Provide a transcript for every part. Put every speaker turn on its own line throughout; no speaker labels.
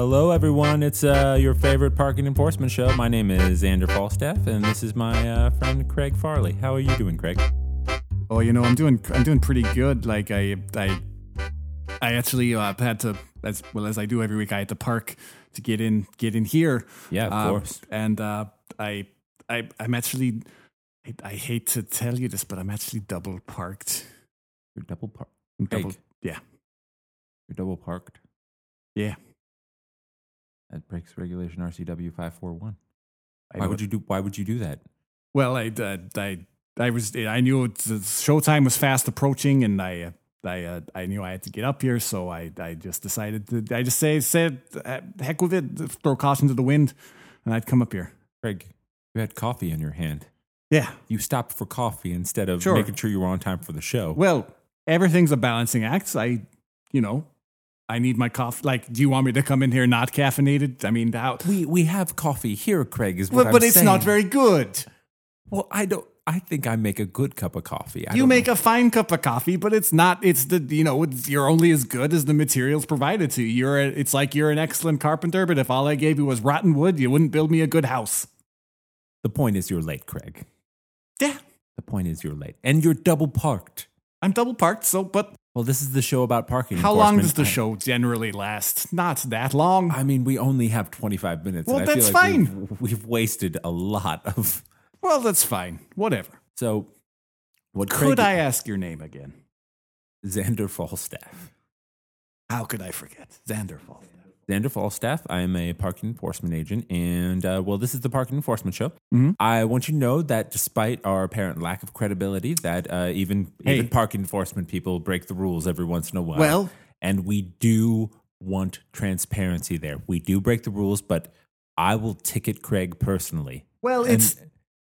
everyone. It's uh, your favorite parking enforcement show. My name is Andrew Falstaff, and this is my uh, friend Craig Farley. How are you doing, Craig?
Oh, you know, I'm doing I'm doing pretty good. Like I I I actually uh, had to as well as I do every week. I had to park to get in get in here.
Yeah, of
Uh,
course.
And uh, I I I'm actually I, I hate to tell you this, but I'm actually double parked.
You're double parked.
I'm Double,
Craig.
yeah.
You're double parked.
Yeah.
That breaks regulation RCW five four one.
I
Why
know
would you do? Why would you do that?
Well, I, uh, I, I was, I knew it- the showtime was fast approaching, and I, uh, I, uh, I knew I had to get up here, so I, I just decided to, I just say, said, uh, heck with it, throw caution to the wind, and I'd come up here.
Craig, you had coffee in your hand.
Yeah.
You stopped for coffee instead of
Sure.
making sure you were on time for the show.
Well, everything's a balancing act. I, you know, I need my coffee. Like, do you want me to come in here not caffeinated? I mean, how?
we we have coffee here, Craig. Is what
But,
I'm
but it's
saying.
not very good.
Well, I don't. I think I make a good cup of coffee. I
You
don't
make
know.
a fine cup of coffee, but it's not. It's the you know it's, you're only as good as the materials provided to you. You're a, it's like you're an excellent carpenter, but if all I gave you was rotten wood, you wouldn't build me a good house.
the point is you're late, Craig.
Yeah,
The point is you're late, and you're double parked.
I'm double parked. So, but
Well, this is the show about parking.
how long does
enforcement.
the
I-
show generally last? Not that long.
I mean, we only have 25 minutes.
Well,
and I feel
that's
like We've, we've wasted a lot of.
well, that's fine. Whatever.
So, what
Could
Craig,
I ask your name again?
Xander Falstaff.
How could I forget? Xander Falstaff.
Xander Falstaff. I am a parking enforcement agent, and uh, well, this is the parking enforcement show.
Mhm.
I want you to know that despite our apparent lack of credibility, that uh, even
Hey.
even parking enforcement people break the rules every once in a while.
Well-
and we do want transparency there. We do break the rules, but I will ticket Craig personally.
Well,
and-
it's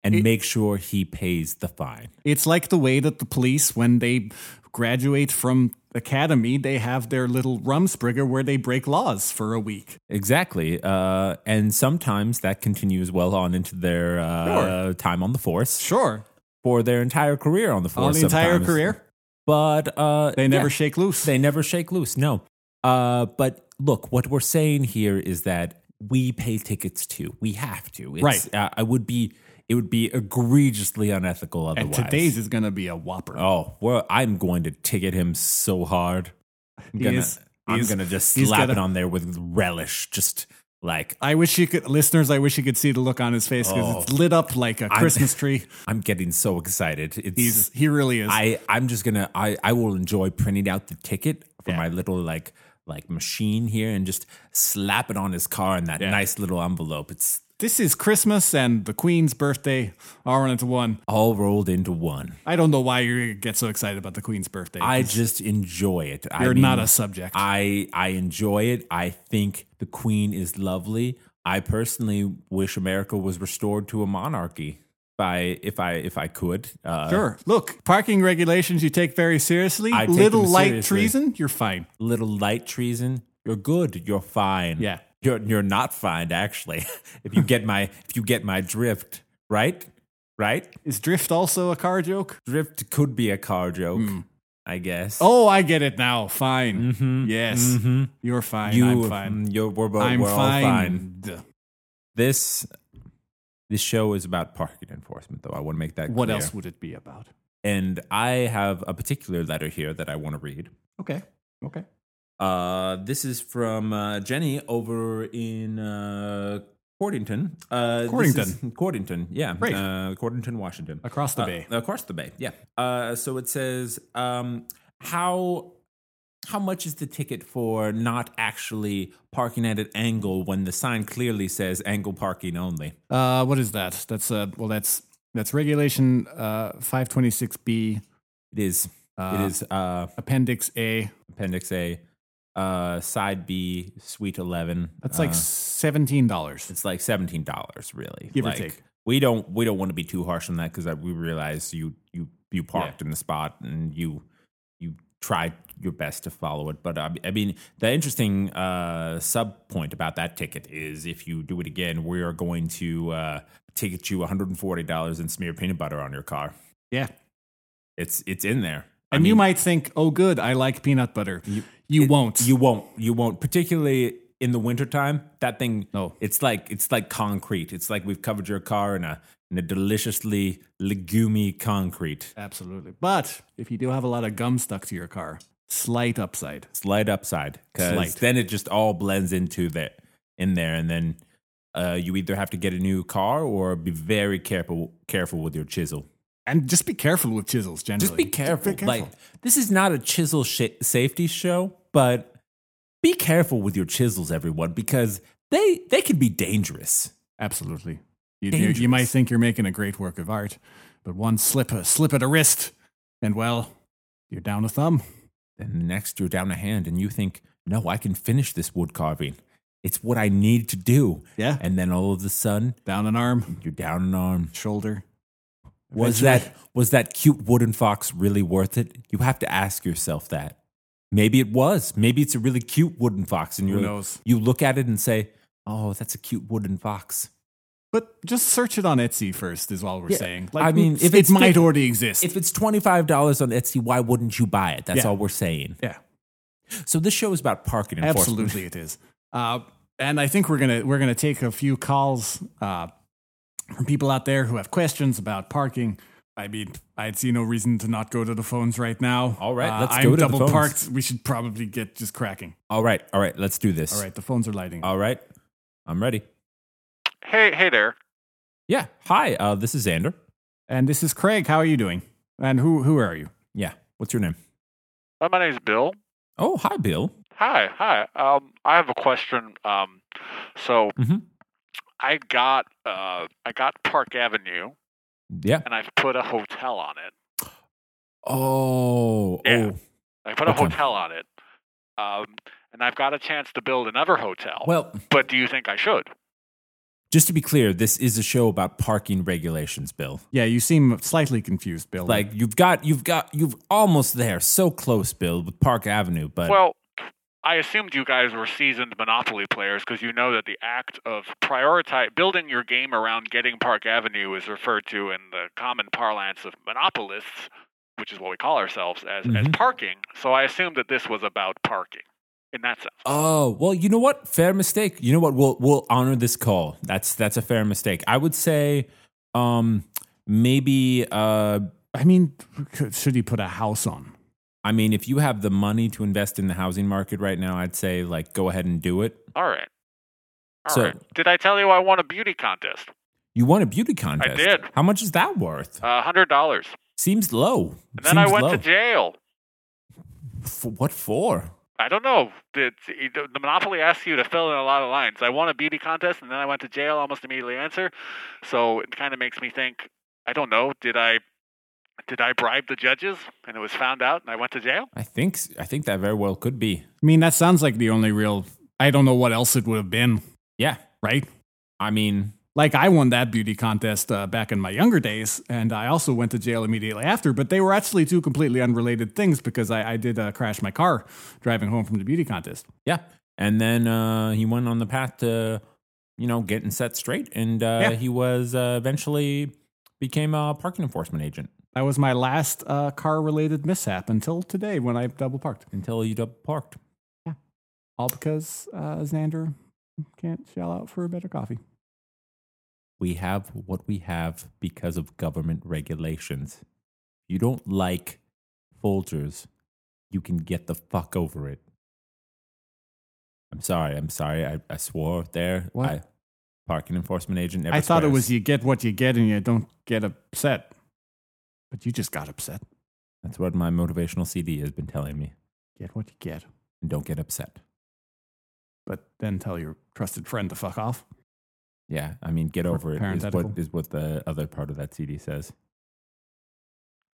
and
it-
make sure he pays the fine.
It's like the way that the police, when they graduate from academy, they have their little rumspringer where they break laws for a week.
Exactly. Uh, and sometimes that continues well on into their uh, time on the force
Sure.
for their entire career on the force.
All the entire
sometimes.
career.
But uh,
They never
yeah,
shake loose.
they never shake loose. No. Uh, but look, what we're saying here is that we pay tickets too. We have to. It's,
Right.
Uh, I would be. It would be egregiously unethical
and
otherwise.
today's is going to be a whopper.
Oh, well, I'm going to ticket him so hard. I'm
He
gonna,
is-
I'm
he's-
gonna just
he's
slap it
gotta-
on there with relish, just like
I wish you could, listeners, I wish you could see the look on his face because
Oh.
it's lit up like a
I'm-
Christmas tree.
I'm getting so excited. It's
He's, he really is.
I I'm just gonna I I will enjoy printing out the ticket for
Yeah.
my little like like machine here and just slap it on his car in that
Yeah.
nice little envelope. It's
this is Christmas and the Queen's birthday are into one.
all rolled into one.
I don't know why you get so excited about the Queen's birthday.
I just enjoy it.
You're
I mean,
not a subject.
I I enjoy it. I think the queen is lovely. I personally wish America was restored to a monarchy by if I if I could. Uh,
Sure. Look, parking regulations you take very seriously.
I take
Little
them
light
seriously. Mm-hmm.
treason, you're fine.
Little light treason. You're good. You're fine.
Yeah.
You're you're not fined actually. if you get my if you get my drift right, right.
Is drift also a car joke?
Drift could be a car joke, I guess.
Hmm. Oh, I get it now. Fine.
Mhm.
Yes.
Mhm.
You're fine.
You,
I'm fine.
mm, You're, we're both,
I'm
we're
fine.
all fine.
Duh.
this this show is about parking enforcement though i want to make that
What
clear.
else would it be about?
and i have a particular letter here that i want to read
Okay. Okay.
uh, this is from uh, jenny over in uh, cordington uh, this
Cordington.
is- cordington yeah
Great.
uh, cordington washington
Across the
Uh,
bay.
across the bay yeah uh, so it says um, how how much is the ticket for not actually parking at an angle when the sign clearly says angle parking only
Uh, what is that? That's uh well that's that's regulation uh 526B
It is.
Uh,
it is uh,
appendix A.
Appendix A, uh, Side B, Suite Eleven.
That's
Uh,
like $17.
it's like seventeen dollars, really.
Give or
Like,
take.
We don't we don't want to be too harsh on that because we realize you you you parked in the spot and you you tried your best to follow it. But uh, I mean, the interesting uh, sub point about that ticket is if you do it again, we are going to uh, ticket you one hundred and forty dollars and smear peanut butter on your car.
Yeah.
It's it's in there. I
And you
mean-
might think, "Oh good, I like peanut butter." You, won't.
You won't. You won't. Particularly in the wintertime, that thing
No.
it's like it's like concrete. It's like we've covered your car in a in a deliciously legumy concrete.
Absolutely. But if you do have a lot of gum stuck to your car, slight upside.
Slight upside.
Slight.
Because then it just all blends into there in there and then uh, you either have to get a new car or be very careful careful with your chisel.
And just be careful with chisels generally.
Just be careful. Like this is not a chisel sh- safety show, but be careful with your chisels, everyone, because they they can be dangerous.
Absolutely. You, you, you might
Dangerous.
think you're making a great work of art, but one slip, a slip at a wrist, and well, you're down a thumb.
Then next, you're down a hand, and you think, "No, I can finish this wood carving. It's what I need to do."
Yeah.
And then all of a sudden,
Down an arm,
you're down an arm.
shoulder.
Was
Eventually-
that was that cute wooden fox really worth it? You have to ask yourself that. Maybe it was. Maybe it's a really cute wooden fox, and
Who
you
knows?
you look at it and say, "Oh, that's a cute wooden fox."
But just search it on Etsy first, is all we're
Yeah.
saying.
I mean, if
it
it's
might
good-
already exist.
If it's twenty five dollars on Etsy, why wouldn't you buy it? That's
Yeah.
all we're saying.
yeah,
So this show is about parking enforcement.
absolutely, it is. Uh, and I think we're gonna we're gonna take a few calls uh, from people out there who have questions about parking. I mean, I'd see no reason to not go to the phones right now.
All right,
Uh,
let's
I'm
go to the
double
phones.
parked. We should probably get just cracking.
All right, all right, let's do this.
All right, the phones are lighting. up.
all right, I'm ready.
Uh, Hey, hey there.
Yeah. Hi. Uh, this is Xander.
and this is Craig. How are you doing? And who who are you?
Yeah. What's your name?
Uh, My name's Bill.
Oh, hi, Bill.
Hi, hi. Um, I have a question. Um, so
Mm-hmm.
Mhm.
I got uh, I got Park Avenue,
Yeah.
and I've put a hotel on it.
Oh.
Yeah.
Oh.
I put a
Okay.
hotel on it. Um, and I've got a chance to build another hotel.
Well,
but do you think I should?
just to be clear, this is a show about parking regulations, Bill.
Yeah, you seem slightly confused,
Oh.
Bill.
Like you've got, you've got, you've almost there, so close, Bill, with Park Avenue. But
Well, I assumed you guys were seasoned Monopoly players because you know that the act of prioritize building your game around getting Park Avenue is referred to in the common parlance of monopolists, which is what we call ourselves as as
Mm-hmm.
Mhm.
parking. So I assumed that this was about parking in that sense.
Oh well, you know what? Fair mistake. You know what? We'll we'll honor this call. That's that's a fair mistake. I would say, um, maybe. Uh,
I mean, could- should he put a house on?
I mean, if you have the money to invest in the housing market right now, I'd say like go ahead and do it.
All right. all right.
So-
Did I tell you I won a beauty contest?
You won a beauty contest.
did.
How much is that worth?
A Uh, hundred dollars.
Seems low.
And then I
Seems
went
low.
to jail.
For what for?
I don't know. The, the the Monopoly asks you to fill in a lot of lines. I won a beauty contest and then I went to jail almost immediately answer. So it kind of makes me think, I don't know, did I did I bribe the judges and it was found out and I went to jail?
I think s- I think that very well could be.
I mean, that sounds like the only real. I don't know what else it would have been,
Yeah.
right?
I mean,
Like I won that beauty contest uh, back in my younger days, and I also went to jail immediately after. But they were actually two completely unrelated things because I, I did uh, crash my car driving home from the beauty contest.
yeah. And then uh, he went on the path to, you know, getting set straight, and uh,
Yeah.
he was uh, eventually became a parking enforcement agent
That was my last uh, car-related mishap until today when I double parked,
until he double parked.
all because uh, Xander can't shell out for a better coffee.
We have what we have because of government regulations. You don't like Folgers, you can get the fuck over it. I'm sorry. I'm sorry. I, I swore there.
What?
I, parking enforcement agent. Never
I thought it
swears.
was you get what you get and you don't get upset, but you just got upset.
That's what my motivational CD has been telling me.
Get what you get.
And don't get upset.
but then tell your trusted friend to fuck off.
Yeah, I mean, get over it is what
Parenthetical.
is what the other part of that CD says.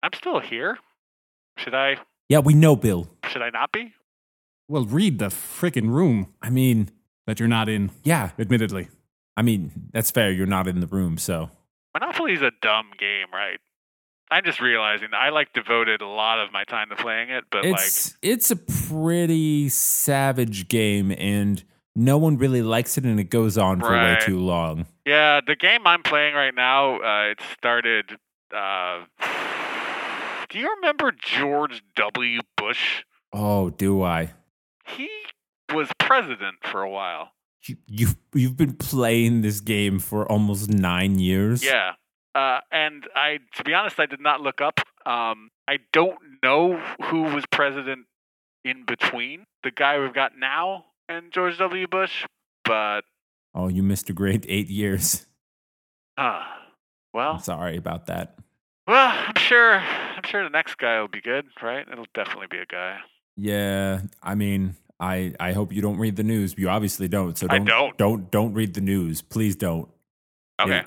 I'm still here. Should I
Yeah, we know, Bill.
should I not be?
Well, read the frickin' room
I mean,
that you're not in,
yeah,
admittedly.
I mean that's fair. You're not in the room, so
Monopoly is a dumb game, right? I'm just realizing I like devoted a lot of my time to playing it, but like
it's it's a pretty savage game, and no one really likes it, and it goes on for way
Right.
too long.
Yeah, the game I'm playing right now, uh, it started. Uh, do you remember George W. Bush?
Oh, do I?
He was president for a while.
You, you've you've been playing this game for almost nine years.
Yeah. Uh, and I, to be honest, I did not look up. Um, I don't know who was president in between the guy we've got now and George W. Bush, but
Oh, you missed a great eight years.
uh,
I'm
well,
sorry about that.
well, I'm sure, I'm sure the next guy will be good, right? It'll definitely be a guy.
Yeah, I mean, I I hope you don't read the news. You obviously don't. So
I
don't
don't.
don't, don't read the news. Please don't.
Okay.
Yeah,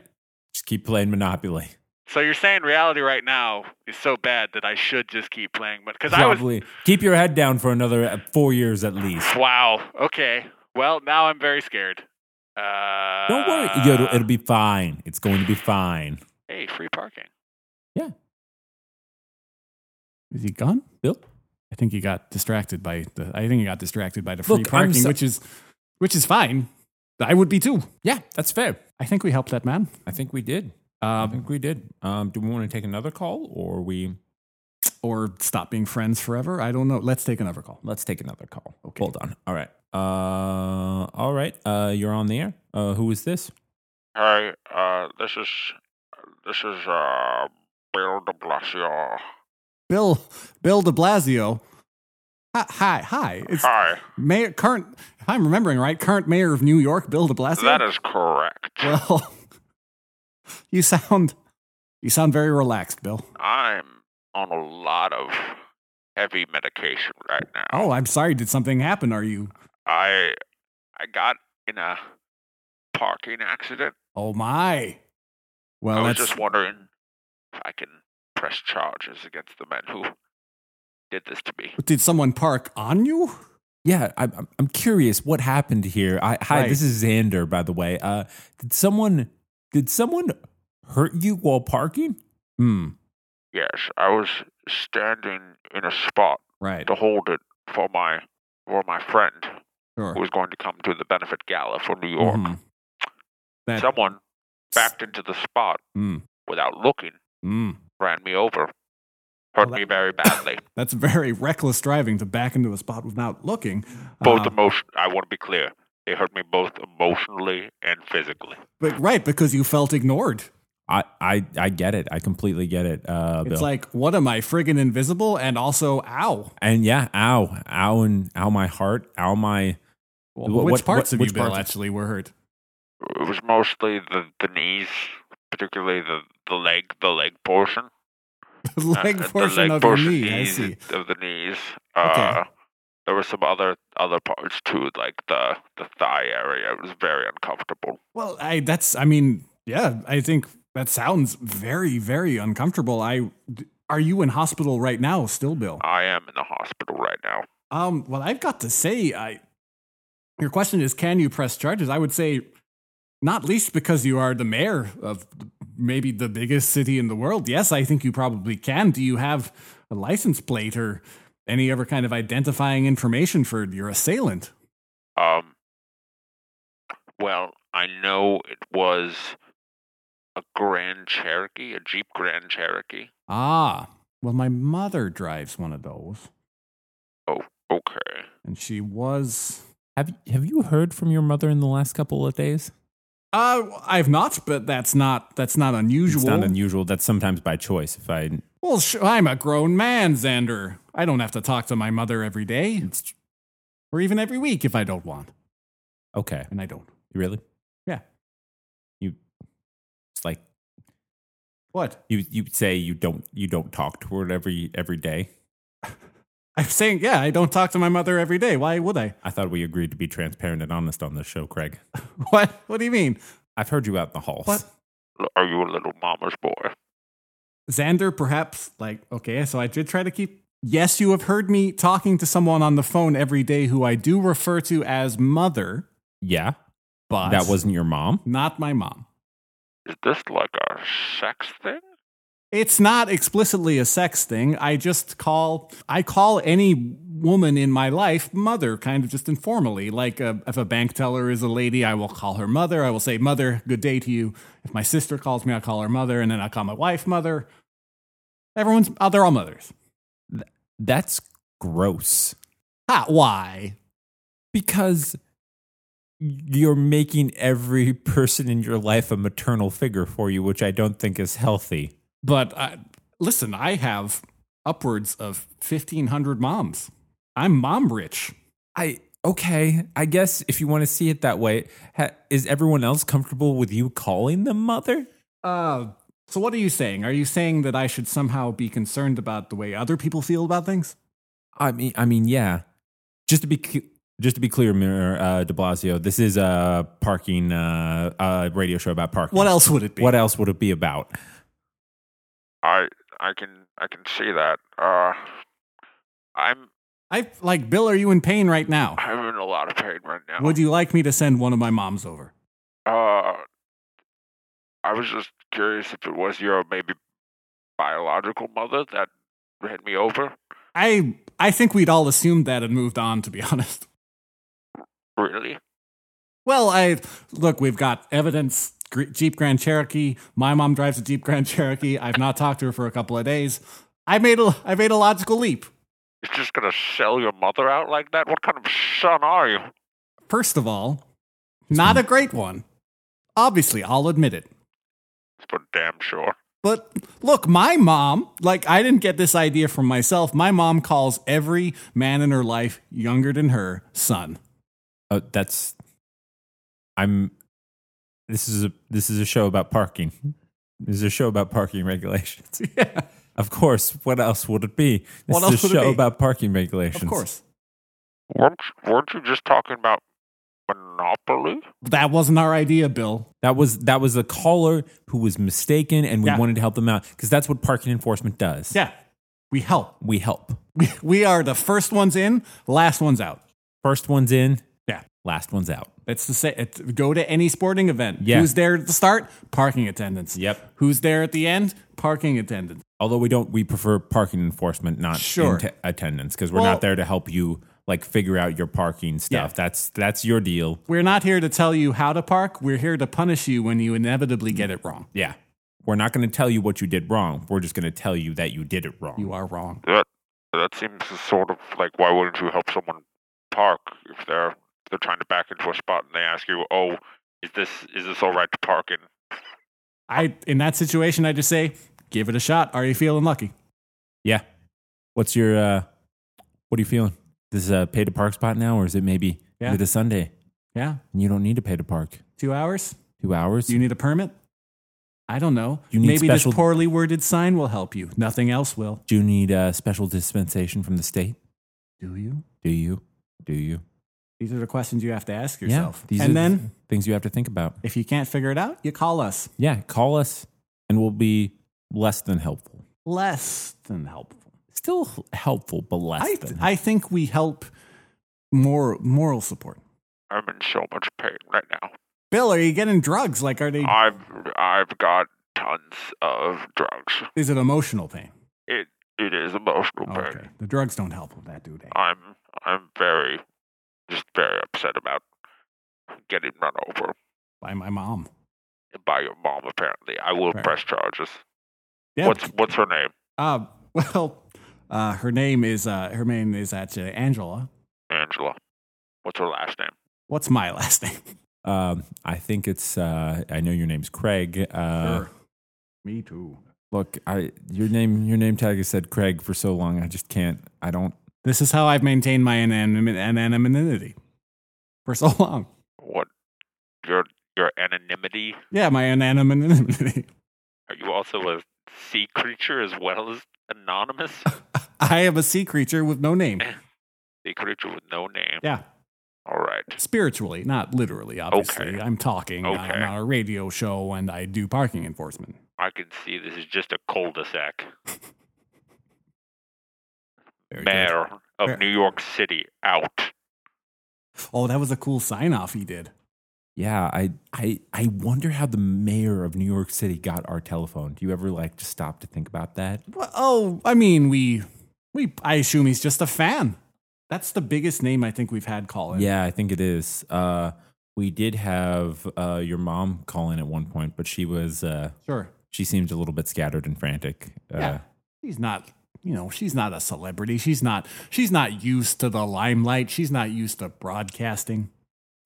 just keep playing Monopoly.
So you're saying reality right now is so bad that I should just keep playing, but because I was
Probably keep your head down for another uh, four years at least.
wow. Okay. Well, now I'm very scared. Uh,
Don't worry, Yo, it'll, it'll be fine. It's going to be fine.
hey, free parking.
Is he gone?
Bill,
I think he got distracted by the. I think he got distracted by the free
Look, I'm
parking,
so-
which is, which is fine. I would be too.
yeah, that's fair.
I think we helped that man.
I think we did. I
Um,
think we did. Um, do we want to take another call, or we
or stop being friends forever. I don't know. Let's take another call.
let's take another call?
Okay.
Hold on. All right. Uh, all right. Uh, you're on the air. Uh, who is this?
Hi, uh, this is this is uh Bill De Blasio.
Bill Bill De Blasio. Hi, hi, hi. It's
Hi,
mayor current. If I'm remembering right, current mayor of New York, Bill De Blasio.
that is correct.
well, you sound you sound very relaxed, Bill.
I'm on a lot of heavy medication right now.
Oh, I'm sorry. Did something happen? Are you?
I I got in a parking accident.
Oh my. Well,
I was
that's
just wondering if I can press charges against the men who did this to me.
did someone park on you?
Yeah, I'm I'm- I'm curious what happened here. I, hi,
Right.
this is Xander, by the way. Uh, did someone did someone hurt you while parking?
Hmm.
Yes, I was standing in a spot
Right.
to hold it for my for my friend
Sure. Mm-hmm.
who was going to come to the benefit gala for New York.
Mhm.
That-
Someone backed into the spot
Mm.
without looking,
Hmm.
ran me over,
Well,
hurt
that-
me very badly.
That's very reckless driving to back into a spot without looking.
both
Uh,
emotion. I want to be clear. They hurt me both emotionally and physically.
but right because you felt ignored.
I, I I get it. I completely get it, uh, Bill.
It's like, what am I friggin' invisible? And also, ow.
and yeah, ow, ow, and ow, my heart, ow, my
Well,
Wh-
which
what-
parts
what-
of
which
you, Bill,
parts?
actually were hurt?
It was mostly the, the knees, particularly the, the leg, the leg portion.
The
uh,
leg
the
portion
leg
of
portion,
your knee. I
knees,
see.
Of the knees. Uh, There were some other other parts too, like the the thigh area. It was very uncomfortable.
Well, I that's. I mean, yeah. I think that sounds very, very uncomfortable. I d- are you in hospital right now, still, Bill?
I am in the hospital right now.
Um. Well, I've got to say, I. Your question is, can you press charges? I would say, not least because you are the mayor of maybe the biggest city in the world. Yes, I think you probably can. Do you have a license plate or any other kind of identifying information for your assailant?
Um, well, I know it was a Grand Cherokee, a Jeep Grand Cherokee.
Ah, well, my mother drives one of those,
Okay.
and she was.
Have have you heard from your mother in the last couple of days?
Uh, I've not, but that's not that's not unusual.
It's not unusual. That's sometimes by choice. If I,
well, sh- I'm a grown man, Xander. I don't have to talk to my mother every day
it's,
or even every week if I don't want,
okay,
and I don't.
really?
Yeah.
You, it's like
What?
you you say you don't you don't talk to her every every day.
I'm saying, yeah, I don't talk to my mother every day. Why would I?
I thought we agreed to be transparent and honest on this show, Craig.
What? What do you mean?
I've heard you out in the halls.
What?
L- Are you a little mama's boy?
Xander, perhaps, like, okay, so I did try to keep. Yes, you have heard me talking to someone on the phone every day who I do refer to as mother,
Yeah,
but
that wasn't your mom.
not my mom.
Is this like a sex thing?
It's not explicitly a sex thing. I just call I call any woman in my life mother, kind of just informally. Like uh if a bank teller is a lady, I will call her mother. I will say mother, good day to you. If my sister calls me, I call her mother, and then I call my wife mother. Everyone's oh, they're all mothers.
That's gross.
Ha, why?
Because you're making every person in your life a maternal figure for you, which I don't think is healthy.
But I, listen, I have upwards of 1,500 moms. I'm mom rich.
I okay, I guess if you want to see it that way, ha, is everyone else comfortable with you calling them mother?
Uh, so what are you saying? Are you saying that I should somehow be concerned about the way other people feel about things?
I mean, I mean, yeah. Just to be cu- just to be clear, Mayor uh, De Blasio, this is a parking uh, uh, radio show about parking.
What else would it be?
What else would it be about?
I I can I can see that. Uh, I'm
I like Bill. Are you in pain right now?
I'm in a lot of pain right now.
Would you like me to send one of my moms over?
Uh, I was just curious if it was your maybe biological mother that had me over.
I I think we'd all assumed that and moved on. To be honest.
Really?
Well, I look. We've got evidence. Jeep Grand Cherokee. My mom drives a Jeep Grand Cherokee. I've not talked to her for a couple of days. I made a I made a logical leap.
You're just gonna sell your mother out like that? What kind of son are you?
First of all, not a great one. Obviously, I'll admit it.
For damn sure.
But look, my mom, like, I didn't get this idea from myself. My mom calls every man in her life younger than her son.
Uh, that's. I'm. This is a this is a show about parking. This is a show about parking regulations.
Yeah,
Of course. What else would it be? This is
What else
a
would it
show
be?
about parking regulations.
of course.
Weren't weren't you just talking about Monopoly?
That wasn't our idea, Bill.
That was that was a caller who was mistaken, and we
Yeah.
wanted to help them out because that's what parking enforcement does.
Yeah, we help.
we help.
We, we are the first ones in, last ones out.
First one's in.
Yeah.
Last one's out.
It's the same. It's, go to any sporting event.
Yeah.
Who's there at the start? Parking attendants.
Yep.
Who's there at the end? Parking attendants.
Although we don't, we prefer parking enforcement, not
Sure.
inte- attendance, because we're
Well-
not there to help you like figure out your parking stuff.
Yeah.
That's that's your deal.
We're not here to tell you how to park. We're here to punish you when you inevitably get it wrong.
Yeah. We're not going to tell you what you did wrong. We're just going to tell you that you did it wrong.
You are wrong.
That that seems sort of like why wouldn't you help someone park if they're if they're trying to back into a spot and they ask you, oh, is this is this all right to park in?
I in that situation, I just say, give it a shot. Are you feeling lucky?
yeah. What's your uh what are you feeling? This is a pay to park spot now or is it maybe
Yeah.
is it a Sunday
Yeah,
and you don't need to pay to park?
two hours.
2 hours?
Do you need a permit? I don't know.
You need
Maybe
special-
this poorly worded sign will help you. Nothing else will.
Do you need a special dispensation from the state?
Do you?
Do you? Do you?
These are the questions you have to ask yourself.
Yeah. These
and
are
then,
th- things you have to think about.
if you can't figure it out, you call us.
Yeah, call us and we'll be less than helpful.
Less than helpful.
Still helpful, but less
I,
than helpful.
I think we help more moral support.
I'm in so much pain right now.
Bill, are you getting drugs? Like, are
Uh,
they?
I've I've got tons of drugs.
Is it emotional pain?
It it is emotional pain.
Okay. The drugs don't help with that, do they?
I'm I'm very just very upset about getting run over
By my mom.
by your mom apparently. I will
Right.
press charges.
Yeah.
What's what's her name?
Uh, well, uh, her name is uh, her name is actually Angela.
Angela. What's her last name?
What's my last name?
Um, I think it's. Uh, I know your name's Craig. Uh,
Her. Me too.
Look, I your name your name tag has said Craig for so long. I just can't. I don't.
This is how I've maintained my anim- an- anonymity for so long.
What your your anonymity?
Yeah, my anonymity.
Are you also a sea creature as well as anonymous?
I am a sea creature with no name.
sea creature with no name.
Yeah,
All right.
spiritually, not literally. Obviously,
Okay.
I'm talking.
Okay.
I'm on a radio show, and I do parking enforcement.
I can see this is just a cul-de-sac.
Very good.
Mayor of
Mayor.
New York City out.
Oh, that was a cool sign off he did.
Yeah, I I I wonder how the mayor of New York City got our telephone. Do you ever like just stop to think about that?
Well, oh, I mean, we, we. I assume he's just a fan. That's the biggest name I think we've had call in.
Yeah, I think it is. Uh, we did have uh, your mom call in at one point, but she was uh,
sure.
she seemed a little bit scattered and frantic. Uh,
yeah, he's not. you know, she's not a celebrity. She's not she's not used to the limelight. She's not used to broadcasting.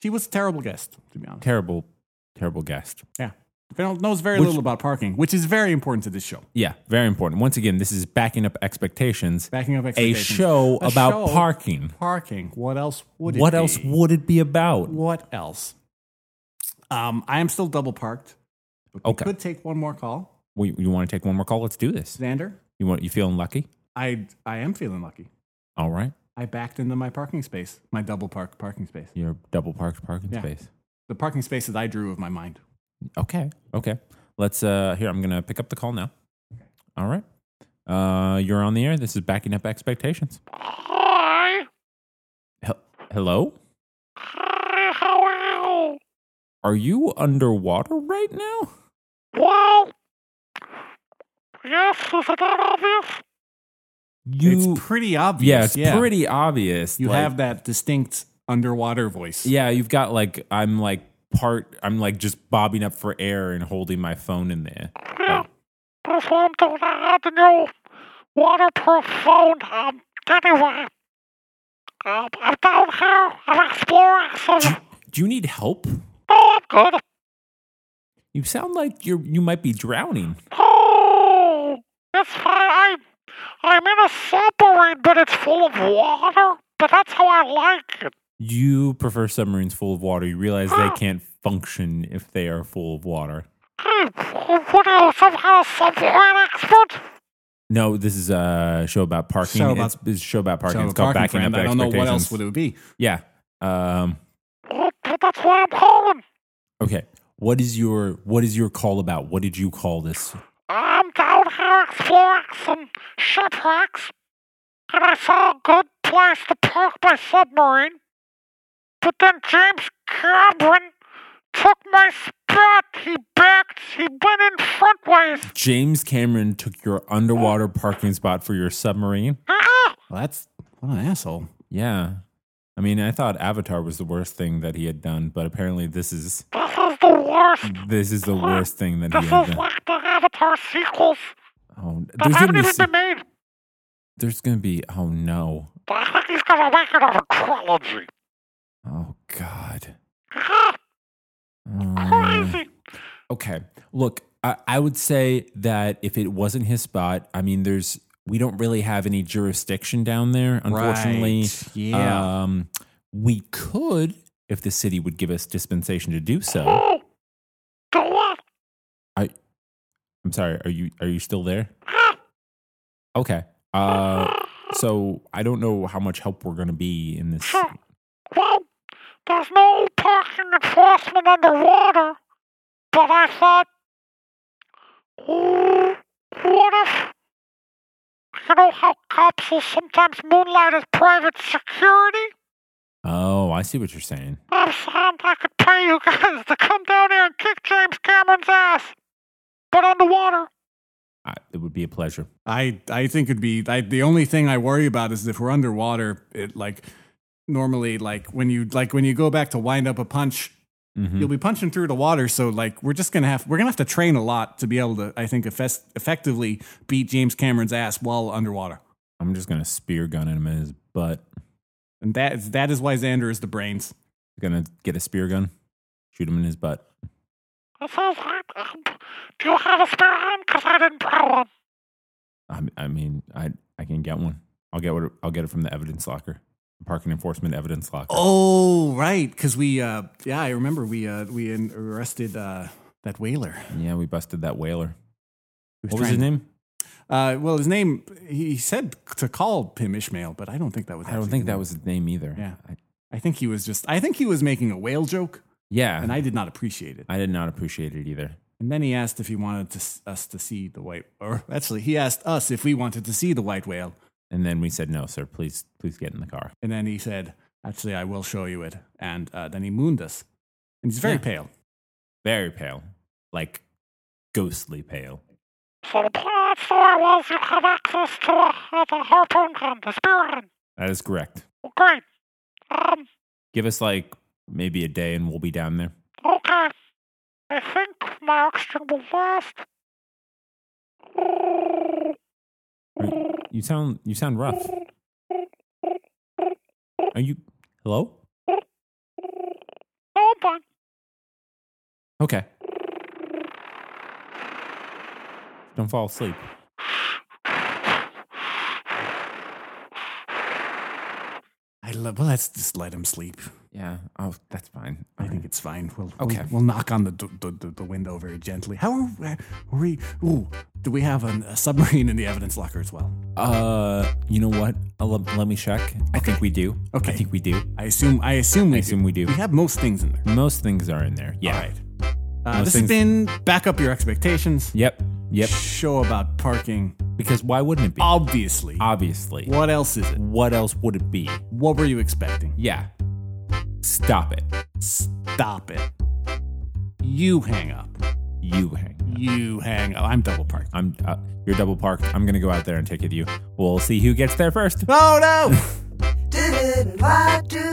She was a terrible guest, to be honest.
Terrible, terrible guest.
Yeah. Fennel knows very
Which-
little about parking, which is very important to this show.
Yeah, very important. Once again, this is backing up expectations.
Backing up
a
expectations.
show
A
about
show-
parking.
Parking. What else would it
What
be?
else would it be about?
What else? Um, I am still double parked. but we
Okay.
Could take one more call.
We, you want to take one more call? Let's do this.
Xander,
You want? You feeling lucky?
I I am feeling lucky.
All right,
I backed into my parking space, my double park parking space.
your double parked parking
Yeah.
space.
The parking space that I drew of my mind.
Okay, okay. Let's. uh Here, I'm gonna pick up the call now. All right. Uh, you're on the air. This is backing up expectations.
Hi.
Hel- Hello.
Hi, how are you?
Are you underwater right now?
Well, yes, is it that obvious?
You.
it's pretty obvious.
yeah, it's pretty obvious.
You
like-
have that distinct underwater voice.
Yeah, you've got like I'm like part. I'm like just bobbing up for air and holding my phone in there.
Yeah, that's what I'm doing. I got the new waterproof phone. Um, anyway, um, I'm down here. I'm exploring some.
Do, do you need help?
Oh, I'm good.
You sound like you're you might be drowning.
Oh, it's fine. I, I'm in a submarine, but it's full of water. But that's how I like it.
You prefer submarines full of water. You realize they can't function if they are full of water.
Hey, what are you, some kind of submarine expert?
No, this is a show about parking.
Show about-
it's, it's a show about
So
parking. it's
a
called
parking
backing
friend,
up
I don't know what else
expectations.
would it be.
yeah. Um,
Well, that's why I'm calling.
okay. What is your what is your call about? What did you call this?
I'm down here exploring some shipwrecks, and I saw a good place to park my submarine. But then James Cameron took my spot. He backed. He went in frontways.
James Cameron took your underwater parking spot for your submarine.
Ah!
Well, that's what an asshole.
Yeah. I mean, I thought Avatar was the worst thing that he had done, but apparently this is
This is the worst.
this is the worst thing that
This
he had
is
done.
like the Avatar sequels
Oh,
that
there's gonna
haven't
be
even
s-
been made.
there's gonna be oh no.
But I think he's gonna make it on a trilogy.
Oh god.
Ah,
Uh,
Crazy.
okay. Look, I, I would say that if it wasn't his spot, I mean there's we don't really have any jurisdiction down there, unfortunately.
Right. Yeah.
Um we could if the city would give us dispensation to do so.
Oh, do what?
I'm sorry, are you are you still there?
Ah,
Okay. Uh So I don't know how much help we're going to be in this.
Sure. Well, there's no parking enforcement underwater, but I thought, ooh, what if, you know how cops will sometimes moonlight as private security?
Oh, I see what you're saying.
I'm sorry, I could pay you guys to come down here and kick James Cameron's ass, but underwater.
I, it would be a pleasure.
I I think it'd be I, the only thing I worry about is if we're underwater. It like normally like when you like when you go back to wind up a punch,
Mhm.
you'll be punching through the water. So like we're just gonna have we're gonna have to train a lot to be able to I think effes- effectively beat James Cameron's ass while underwater.
I'm just going to spear gun him in his butt.
And that is that is why Xander is the brains.
Going to get a spear gun, shoot him in his butt.
That sounds right. Um, do you have a spare gun? Because I didn't bring one.
I, I mean, I I can get one. I'll get what I'll get it from the evidence locker, parking enforcement evidence locker.
Oh right, because we uh yeah I remember we uh we in- arrested uh that whaler.
Yeah, we busted that whaler.
He
What was his
trying-
name?
Uh, well, his name he said to call him Ishmael, but I don't think that was.
I don't
actually
think
his
that
name.
was his name either.
Yeah.
I,
I think he was just. I think he was making a whale joke,
yeah.
and I did not appreciate it.
I did not appreciate it either.
And then he asked if he wanted to, s- us to see the white, or actually, he asked us if we wanted to see the white whale.
And then we said, "No, sir. Please, please get in the car."
And then he said, "Actually, I will show you it." And uh, then he mooned us, and he's very
Yeah.
pale.
Very pale, like ghostly pale.
So the plot story was you have access to a, uh, the harpoon gun, the spear gun.
That is correct.
Well, great. Um,
Give us like maybe a day and we'll be down there.
okay. I think my oxygen will last. Oh,
Are- You sound you sound rough. Are you hello?
No, I'm fine.
Okay. Don't fall asleep.
I love. Well, let's just let him sleep.
Yeah. Oh, that's fine.
I think it's fine. We'll we'll-
Okay.
We'll, knock on the, do- the, the the window very gently. How are we? Ooh, do we have an, a submarine in the evidence locker as well?
Uh, you know what? I'll, let- let me check. I think we do.
Okay.
I think we do.
I assume. I assume we.
I assume
do.
we do.
We have most things in there.
Most things are in there. Yeah.
All right. Uh,
Most
this has been back up your expectations.
Yep. Yep.
Show about parking.
Because why wouldn't it be?
Obviously.
Obviously.
what else is it?
What else would it be?
What were you expecting?
Yeah. Stop it.
Stop it. You hang up.
You hang.
You hang up. I'm double parked.
I'm. Uh, you're double parked. I'm gonna go out there and take it to you. We'll see who gets there first.
Oh no.
Do-do-do-why, do